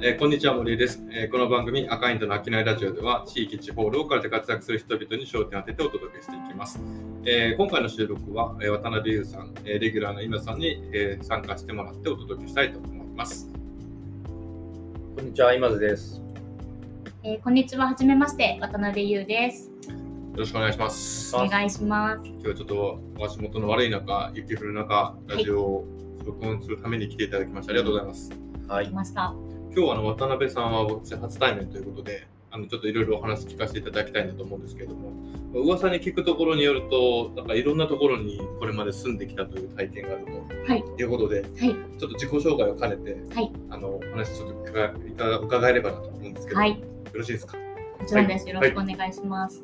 えーこんにちは、森井です、えーこの番組、赤インドの秋内ラジオでは、地域、地方、ローカルで活躍する人々に焦点を当ててお届けしていきます。えー今回の収録は、えー渡辺優さん、えーレギュラーの今さんに、えー参加してもらってお届けしたいと思います。こんにちは、今津です。えーこんにちは、はじめまして、渡辺優です。よろしくお願いします。お願いします。今日はちょっとお足元の悪い中、雪降る中、ラジオを録音するために来ていただきまして、ありがとうございます。は来い。ました。今日はあの渡辺さんは私初対面ということで、あのちょっといろいろお話聞かせていただきたいなと思うんですけれども、まあ噂に聞くところによると、なんかいろんなところにこれまで住んできたという体験があると、はい、うことで、はい、ちょっと自己紹介を兼ねて、はい、あのお話ちょっと伺いただ伺えればなと思うんですけど、はよい、ろしいですか。もちろんです。はいよろしくお願いします。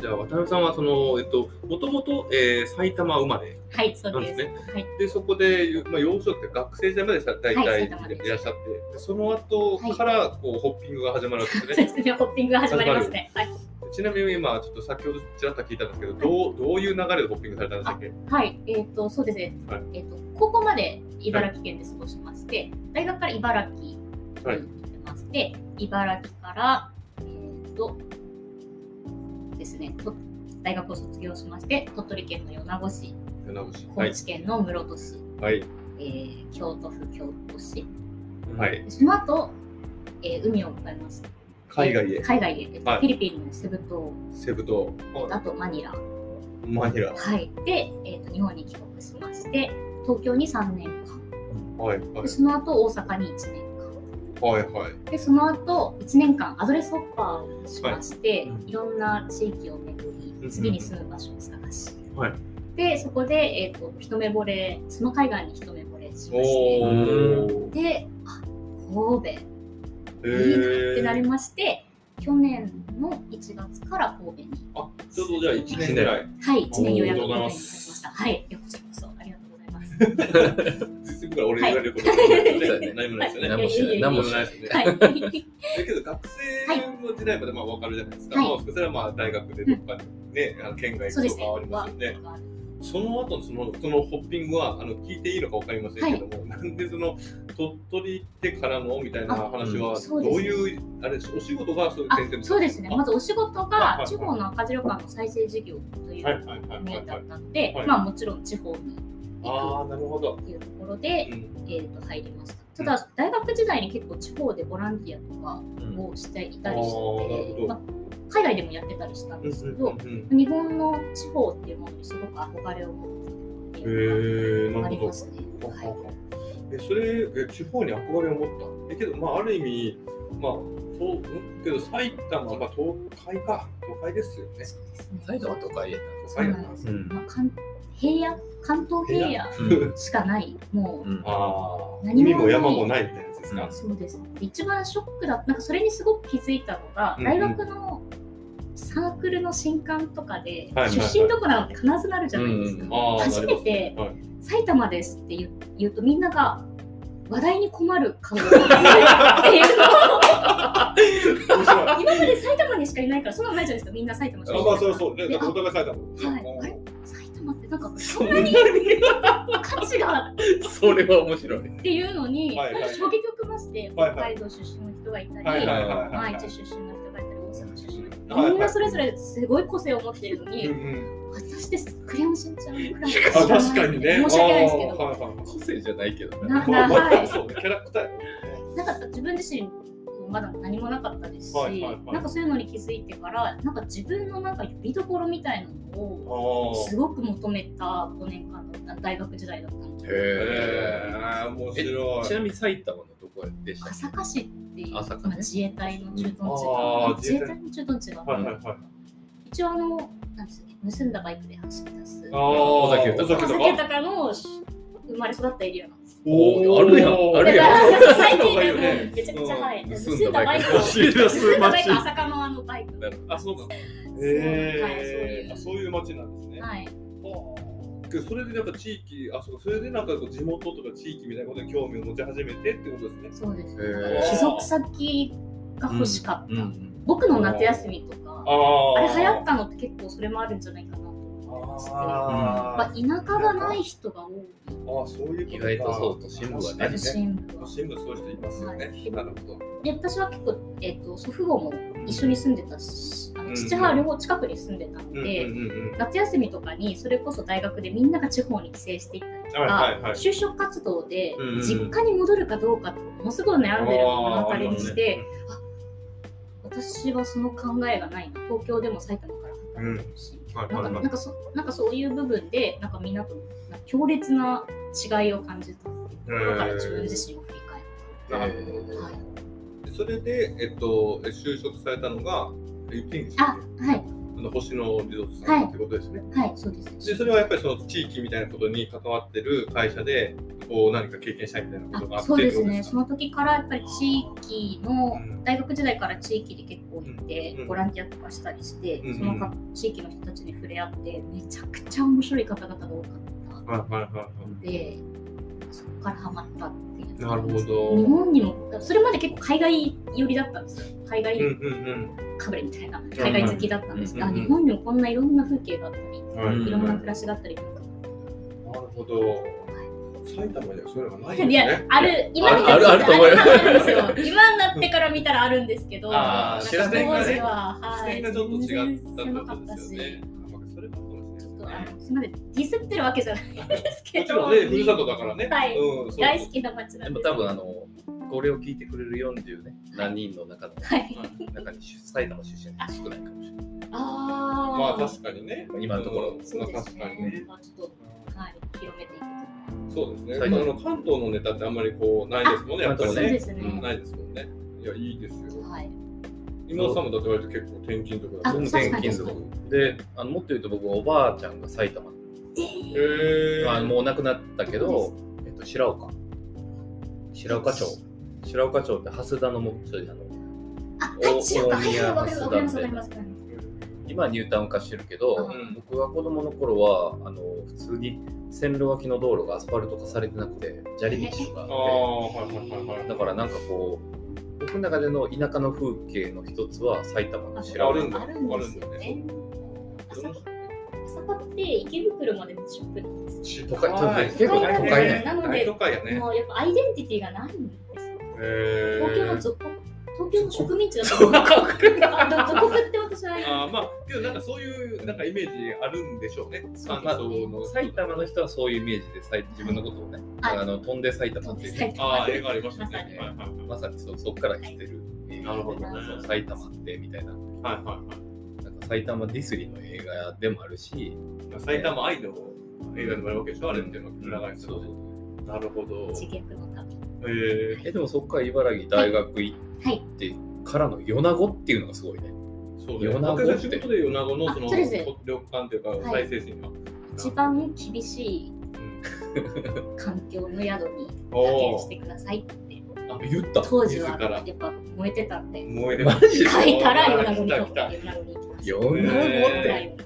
じゃあ渡辺さんはそのえっと元々、えー埼玉生まれはい、そなうんで。ですすね。はい、でそこで、まあ、幼少期で学生時代までさ大体、はいい埼玉ですらっしゃって、でその後からこうホッピングが始まるわけですね そう。ですね、ホッピングが始まりますね。はい、ちなみに今、ちょっと先ほどちらっと聞いたんですけど、どうどういう流れでホッピングされたんでしたっけはい、えっ、と、そうですね。はいえっ、と、高校まで茨城県で過ごしまして、大学から茨城にはい行ってまして、茨城から、えっ、と。ですね、と大学を卒業しまして、鳥取県の米子市、船越は高い。知県の室戸市、はい。えー京都府京都市。はい。その後、えー海を迎えます。海外へ、海外へ。えっとはいフィリピンのセブ島、セブ島、あとマニラ。マニラ。はい。で、えっと日本に帰国しまして、東京に3年間。はい。はいで、。その後、大阪に1年はい。はい。間。で、その後、1年間、アドレスホッパーをしまして、はいい、ろんな地域を巡うんり、次に住む場所を探し。はいで、そこで、えっと一目惚れ、その海外に一目惚れしまして、おー。で、あ神戸。えいいなってなりー、まして、去年の1月から神戸に、あちょうどじゃあ1年ぐらい、はい、1年予約おめでとうごをざいまましすた。はい、よこちらこそありがとうござい ま1す。年ぐらい俺言われることは ね何もないですよね。はいいやいやいや何もないですよね。はい、だけど学生の時代までまあ分かるじゃないですか。はいまあそれはまあ大学でどっかね、あの県外そう行くですとね。かありますよね。その後のそのそのホッピングはあの聞いていいのか分かりませんけども、なんでその鳥取行ってからのみたいな話はあそうですどういうあれお仕事がそういうあ点々そうですね、まずお仕事はいはいはがい地方の赤字旅館の再生事業といはいうはいはいは面いだはいったので、はいまあもちろん地方に行ああなるほどく、っていうところで、うんえー、と入りました。ただ、大学時代に結構地方でボランティアとかをしていたりしうんあーなるほて、どまあ、海外でもやってたりしたんうんですけど、うん日本の地方っていうものにすごく憧れを持っていうんるへえのがなあるりほまどすね。はいえそれえ地方に憧れを持ったえけどまあある意味まあとけど埼玉まあ東海か都会ですよねそうですねサイドは都会や都会だなそうん。まあ、関平野関東平野しかない、もうん。ああ何もな海いも山もないみたいなやつですかう、そうですね。一番ショックだなんかそれにすごく気づいたのが、うんうん大学のサークルの新刊とかで、はいはいはい出身どこなのって必ずなるじゃないですか。うんああ初めてはい埼玉ですって言う言うとみんなが話題に困る顔を するっていうのを面白い今まで埼玉にしかいないからそんなのないじゃないですかみんな埼玉出身あまあそうそう、ね、だってお互いされたもん。であはいうん埼玉ってなんかそんなに価値がある それは面白い。っていうのに、はいはいなんか衝撃を受けまして、はい北はい海道出身の人がいたり、はいはいはいはい。愛知出身の人がいたり大阪出身の人、はいはいみんなそれぞれすごい個性を持ってるのに、うんうん私ですクレヨンしんちゃんくらいしあか知確からないにね。 申し訳ないですけあーどはいはい個性じゃないけどね。なまあな,、まはあい、そうね、キャラクターやね。なんか自分自身まだ何もなかったですし、はいはいはいなんかそういうのに気づいてからなんか自分のなんか呼びどころみたいなのをあーすごく求めた5年間だった大学時代だったのでへへー面白え。いち。なみに埼玉のどこでしたっ朝霞市っていう、朝霞ねまあ、自衛隊の駐屯地あーが自衛隊の駐屯地が、はいはいはい。一応あのなんですかね盗んだバイクで走り出すあー尾崎豊尾崎佐豊竹隆の生まれ育ったエリアなんですおーあるやんあだるかやんら最近そうだでよもねめちゃくちゃはいうん盗んだバイク盗んだバイクを盗んだバイク朝霞のあのバイクけあ、そうなんだ。へーあそういう街なんですね。はいあーけどそれでなんか地域、あ、そうか、それでなんかこう地元とか地域みたいなことに興味を持ち始めてってことですね。そうですへー帰属先が欲しかった、うん。僕の夏休みとかあああれ流行ったのって結構それもあるんじゃないかなと思あやっぱ田舎がない人が多い。ーあー、そういうことか意外とそう都心部はね確かに私新聞そういう人いますよね。はいなるほど。で私は結構、えっと祖父母も一緒に住んでたしあうんうのん父母は両方近くに住んでたのうんうんで、うんうん。夏休みとかにそれこそ大学でみんなが地方に帰省していったりとか、はいはいはい就職活動でうんうん実家に戻るかどうかってものすごい悩んでるのを目の当たりにして、私はその考えがないな東京でも埼玉から働いてほしい、あー、なるほどねうんはいはいはいなんかなんかそなんかそういう部分でなんかみんなとなんか強烈な違いを感じたっていうところから自分自身を振り返っなるほて、どはい、それで、えっと、就職されたのが、一軒家あはいあの星野リゾートさんってことですね。はいそうですでそれはやっぱりその地域みたいなことに関わってる会社でこう何か経験したいみたいなことがあっあてそうですっねてそこの時からやっぱり地域のうん大学時代から地域で結構行ってうんボランティアとかしたりしてうんそのか地域の人たちに触れ合ってめちゃくちゃ面白い方々が多かっとはいはいはいはたのでそこからハマったっていういなるほど日本にもそれまで結構海外寄りだったんですよ海うんう外んかぶれみたいな海外好きだったんですがうんうん日本にもこんないろんな風景があったりうんはいいろんな暮ならしだったりとかるほど埼玉にはそういうのがないよいやね、ある、今にあるあるあると思うよあるんですよ。今になってから見たらあるんですけど、あーんか知らないからね当時は、視はい、点がちょっと違ったって狭こかとったですし、よねあまあそれもそうですねちょっとあのすみません、ディスってるわけじゃないんですけど、もちろんねふるさとだからね、はいうん、そう大好きな街なでんもです。多分あのこれを聞いてくれる40ね何人の中のはい。中に出埼玉出身の人少ないかもしれないあまあー確かにね、今のところうんそうまであす確かにねね。まあちょっとはい広めていくと。そうですね、埼まあ玉あの関東のネタってあんまりこうないですもんねやっぱりそうねですね。うんないですもんねいやいいですよはい。今田さんもだって割と結構転勤とかだあと全思う然そう金属であのもっと言うと僕おばあちゃんが埼玉、へーあのもう亡くなったけどどこ、えっと、白岡白岡町白岡町って蓮田のもうちょいあのあ、お違うか。はい大はい、宮わかりますわかります松田みたわかいりなます。わかります今はニュータウン化してるけど、うん僕が子供の頃はあの普通に線路脇の道路がアスファルト化されてなくて砂利道がああっあはいはいはいはいてだからなんかこう僕の中での田舎の風景の一つは埼玉の白あ岡るんだあるんですよね。朝霞って池袋までのショップなんですよ。都会結結構構都都会会ねねなので大都会やねもうやっぱアイデンティティがないんですよ。へ東京のー属国、東京の植民地だと思う。あ属国って私 はあーまあけどなんかそういうなんかイメージあるんでしょうねそう関まあ東の埼玉の人はそういうイメージでさい自分のことをね、はいあの飛んで埼玉飛ってんでいう埼玉ああ映画ありましたねまさはいにはいはいまさにそそこから来てる、なるほどねそう埼玉ってみたいなはいはいなんか埼玉ディスリの映画でもあるしはい埼玉愛の映画でもあるわけでしょあれっていうのうんが流れてそうそうるなるほど自虐の旅。へええでもそこから茨城大学行はい。ってからの米子っていうのがすごいねそうね米子僕が仕事で米子のそのあそうです旅館っていうかはい再生神が一番厳しいうん環境の宿に派お遣しーてくださいってあ言った当時は自らやっぱ燃えてたんで燃えてマまジで来書いたら夜なご来にた行来きたました。米子って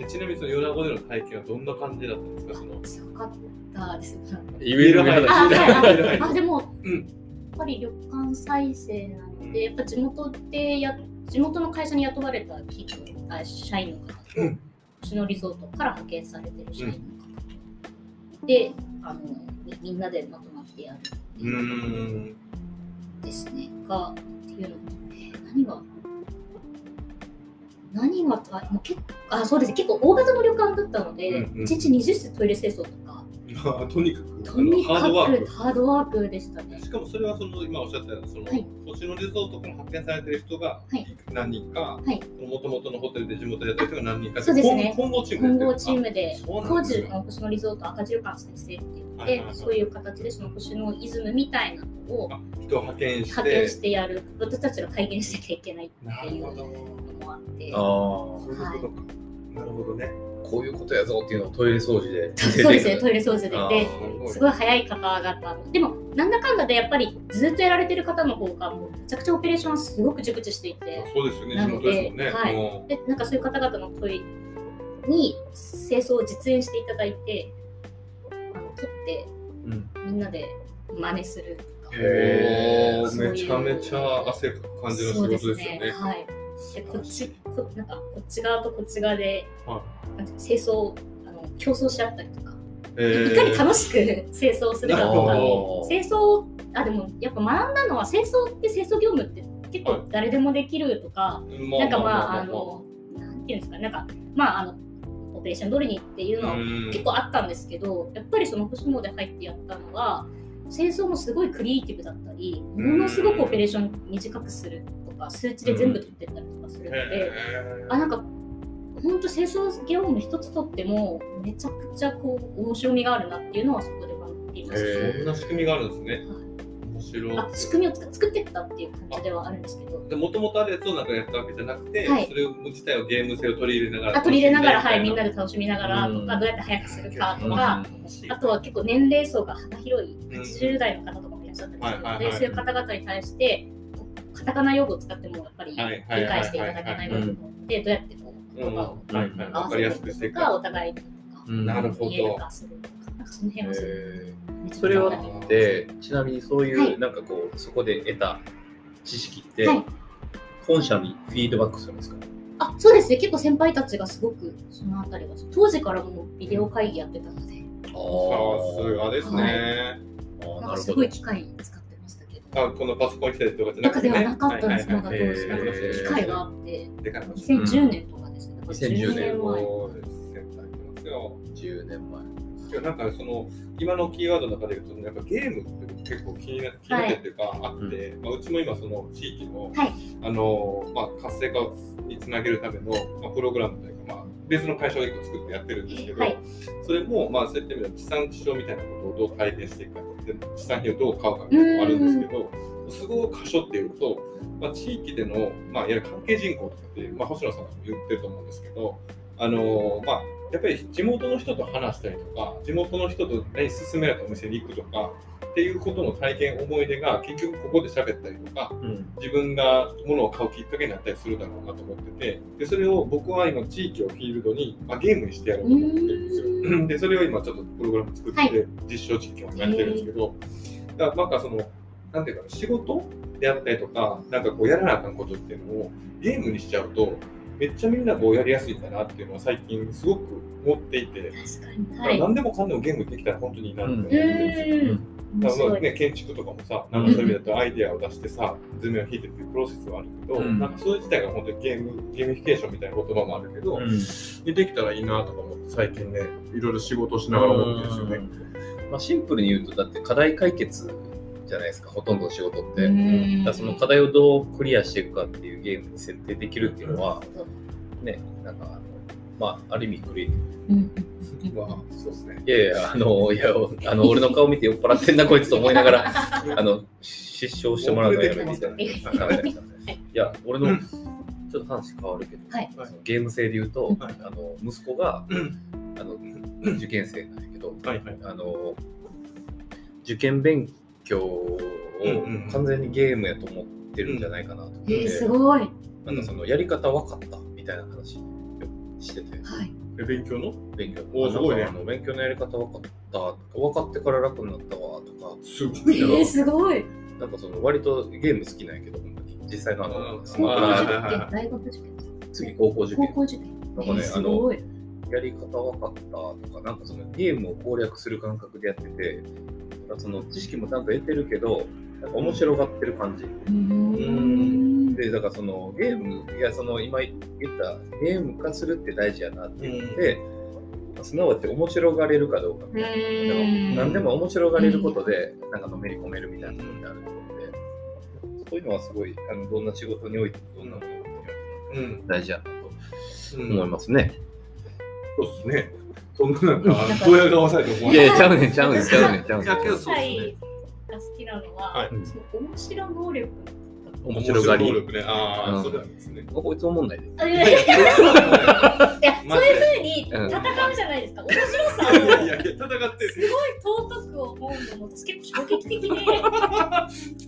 えちなみにその米子での体験はどんな感じだったんですかそのすごかったです。言える話あ、はい、あ、でも、うんやっぱり旅館再生なので、やっぱ地元でや、地元の会社に雇われた企業、あ社員の方と、ううんちのリゾートから派遣されてる社員の方と、で、あの、みみんなでまとまってやるうーんですね、が、っていうのと、えー何が、何がた、もう結構、あ、そうですね、結構大型の旅館だったので、うんうん1日20室トイレ清掃とか、まあとにかくとにあのかハードワーくクハードワークでしたね。しかもそれはその今おっしゃったようなその、はい星野リゾートから派遣されてる人がはい何人か、いもともとのホテルで地元でやってる人が何人かそうですね混合チーム混でや合ってチるームでそうな当んです時ねの星野リゾート赤字旅館先生って言っはいはいはていそういう形でその星野イズムみたいなのをあ人を派遣して派遣してやる私たちが体現しなきゃいけないなってるいうほどのもあっ てああそういうことか、なるほどねこういうことやぞっていうのをトイレ掃除でそうですねトイイレ掃除であでーすごい早い方々でもなんだかんだでやっぱりずっとやられてる方の方がもうめちゃくちゃオペレーションすごく熟知していてそうですよねな地の元ですでもんね、はいもでなんかそういう方々の問いに清掃を実演していただいてあの撮ってうんみんなで真似するとうか。へえそういうめちゃめちゃ汗かく感じの仕事ですよねそうですねはい、でこっちこなんかこっち側とこっち側で、はなんていうの清掃あの競争し合ったりとか、えいかに楽しく清掃するかとなかるほど清掃あでもやっぱ学んだのは清掃って清掃業務って結はい構誰でもできるとか、なんかまああのなんていうんですかなんかまああのオペレーション取りにっていうのは結構あったんですけどやっぱりその星野で入ってやったのは戦争もすごいクリエイティブだったりうんものすごくオペレーション短くするとか数値で全部取ってったりとかするので、あなんか本当戦争ゲーム一つ取ってもめちゃくちゃこう面白みがあるなっていうのはそこで学んでいまえすーそんな仕組みがあるんですねは。面白いあ仕組みをつく作ってったっていう感じではあるんですけど。でもともとあるやつをなんかやったわけじゃなくて、はいそれ自体をゲーム性を取り入れながらあ取り入れながら、はい、みんななで楽しみながらとうか、んどうやって速くするかとうんか、あとは結構年齢層が幅広いうん80代の方とかもいらっしゃったりするので、はいはいはいそういう方々に対してカタカナ用語を使ってもやっぱり理はいはいはいはい解していただけない部分もあってどうやってこう言葉をうんはいはい合わわかりやせすてくいしてくいとくかお互いにとかうんなるほど見える化するとかなんかその辺はすごいえめちゃくちゃそれは学びーでちなみにそういう、はいなんかこうそこで得た知識って、はい本社にフィードバックするんですかあそうですね結構先輩たちがすごくそのあたりは当時からもうビデオ会議やってたのでささすがですね、ななんるかほすどごい機械使ってましたけどあこのパソコン来てとかじゃな中くでて、ね、はなかったんですまだは当い時はいはいなんかそういう機械があってでかいの2010年とかですねだから2010年10先年前輩来ますよ10年前今日なんかその今のキーワードの中で言うとやっぱゲームって結構気にな気になってるっていうか、あって、まあ、うちも今その地域の、はいあのまあ、活性化につなげるための、まあ、プログラムというか、まあ、別の会社を1個作ってやってるんですけど、はいそれもまあそういった意味では地産地消みたいなことをどう体験していくかで地産品をどう買うかみたいなのもあるんですけどすごい箇所っていうと、まあ、地域での、まあ、いわゆる関係人口とかって、まあ、星野さんも言ってると思うんですけどあのまあやっぱり地元の人と話したりとか地元の人と何勧められたお店に行くとかっていうことの体験思い出が結局ここで喋ったりとかうん自分が物を買うきっかけになったりするだろうなと思っててでそれを僕は今地域をフィールドに、まあ、ゲームにしてやろうと思ってるんですよ。でそれを今ちょっとプログラム作って、は実証実験をやってるんですけど、だからなんかそのなんていうかな仕事であったりとかなんかこうやらなあかんことっていうのをゲームにしちゃうとめっちゃみんなこうやりやすいんだなっていうのは最近すごく思っていて、確かに。なんはい。何でもかんでもゲームできたら本当にいいなって思ってうるんですよ。ーん。だ面からま白あい。ね、建築とかもさ、なんかそういう意味だとアイデアを出してさ、図面を引いてっていうプロセスはあるけど、うんなんかそれ自体が本当にゲームゲーミフィケーションみたいな言葉もあるけど、にできたらいいなとか思って最近ねいろいろ仕事しながら思ってるんですよね。うんまあ、シンプルに言うとだって課題解決じゃないですかほとんどの仕事って、うんだからその課題をどうクリアしていくかっていうゲームに設定できるっていうのはねなんかあのまあある意味クリエイティブうん。まあそうですね。いやいやあのいやあの俺の顔見て酔っ払ってん なこいつと思いながらあの失笑してもらうのはやめていただい遅てはいはいはいいや俺の、ちょっと話変わるけど、はいそのゲーム性で言うと、はいあの息子が、うんあの受験生なんやけど、はいはい。あの受験勉強をうんうん完全にゲームやと思ってるんじゃないかなと思っえて、ー、すごい。はなんかそのやり方分かったみたいな話をしててい。え勉強の勉強のおーすごいねなんかあの勉強のやり方分かったとか分かってから楽になったわとかすごえいな。ー、すごい。なんかその割とゲーム好きなんやけど本当に実際のあのうんあ高の校あ受ーはいはいは験い、大学受験、次高校受高験校受験。えなんかねー、すごい。やり方分かったとか、なんかそのゲームを攻略する感覚でやってて、その知識もちゃんと得てるけど、なんか面白がってる感じ。うーん。で、だからそのゲーム、いや、その今言ったゲーム化するって大事やなって言って、すなわち面白がれるかどうかみたいな。うなんんか何でも面白がれることで、なんかのめり込めるみたいなことってあると思うんで、そういうのはすごい、あのどんな仕事においても、どんなことにおいてもうん。大事やなとうん思いますね。そうですね。そんななんかドヤ顔されて思わいなやいいや、ちゃうねん、ちゃうねん、ちゃうねん、ちゃうねんいやけどそうっすね歳が好きなのは、はいその面白能力。面白がり面白能力ね。あうあ、んそうなんですね。こいつ思んないで。あいやいや いやマジでそういう風に戦うじゃないですか。面白さいやいやをいや戦ってする。ごい尊く思うのも私結構衝撃的で、京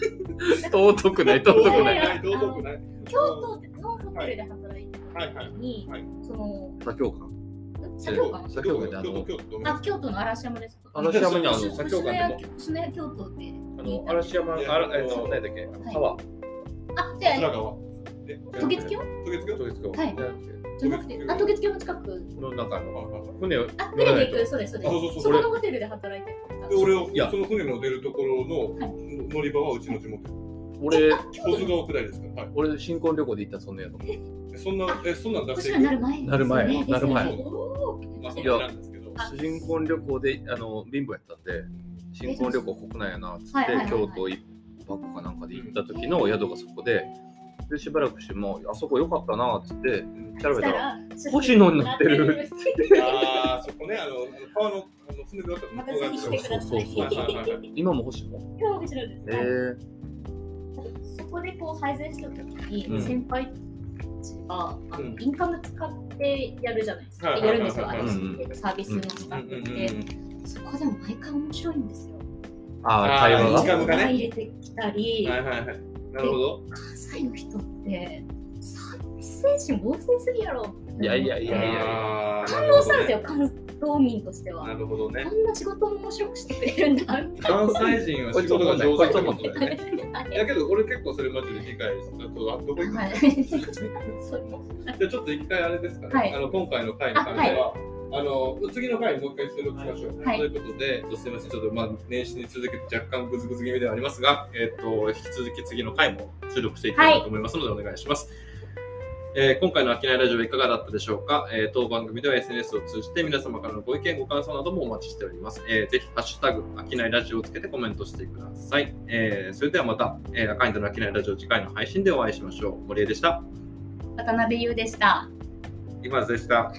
尊くない、尊くくなないい。尊くない。都ってノーホテルで働いてた時に、はいはいその左京館。社協かな京都京都京都。あ、京都の嵐山です。嵐山にあるの吉左京館でも吉野家京都って。あの、嵐山、あら、え、そんなやったっけ、い川。あ、じゃ桂川。あ、え渡月橋渡月橋そうですか。はいじゃなくじゃなくて、あ、渡月橋の近く。ての中ので船をあ、乗ら船なでい行く、と。そうです、そうですあそうそう。そこのホテルで働いてた。俺はいやその船の出るところのは乗り場はうちの地元俺、保津川下りですから、はい俺新婚旅行で行ったそんなやつ。え、そんなえそんなん出して年いになる前ですねなる前ですよねなる前おまあそーんなんなんですけどあ新婚旅行であの貧乏やったんで、新婚旅行国内やなっつって、はいはいはい京都一泊かなんかで行った時の宿がそこで、でしばらくしてもあそこ良かったなっつって調べたら、星野になってる。ああそこねあのあの川のあの船で渡った向こう側私にしてください。そうそうそうはい はいは今も星野。今日面白いですえね。ー、そこでこう配膳した時うんに先輩たちがあうんのインカム使ってやるじゃないですか。はいはいやはいるんはいですよ。あのうんサービスのスタうんうんッうフんうで。んそこでも毎回面白いんですよ。ああーあ会話インカが。ムがね入れてきたり、はいはいはい。なるほど。関西の人ってサービス精神旺盛すぎやろ。いやいやいやいやや感動したんですよ。関東民としてなは。るほどねこ。んな仕事も面白くしてくれるんだみたい関西人は仕事が上手ってことだよね。な。はいだけど俺結構それマジで理解したとあどこ行くはい そうじゃあちょっと一回あれですかね、はいあの今回の回に関しては、あの次の回もう一回収録しましょう。はいということで、えっとすみません、ちょっとまあ年始に続けて若干グズグズ気味ではありますが、えっと引き続き次の回も収録していきたいなと思いますので、お願いします。えー今回の商いラジオいかがだったでしょうか、えー当番組では SNS を通じて皆様からのご意見、ご感想などもお待ちしております。えーぜひ、ハッシュタグ、商いラジオをつけてコメントしてください。えーそれではまた、えー、アカインドの商いラジオ次回の配信でお会いしましょう。森江でした。渡辺優でした。今津でした。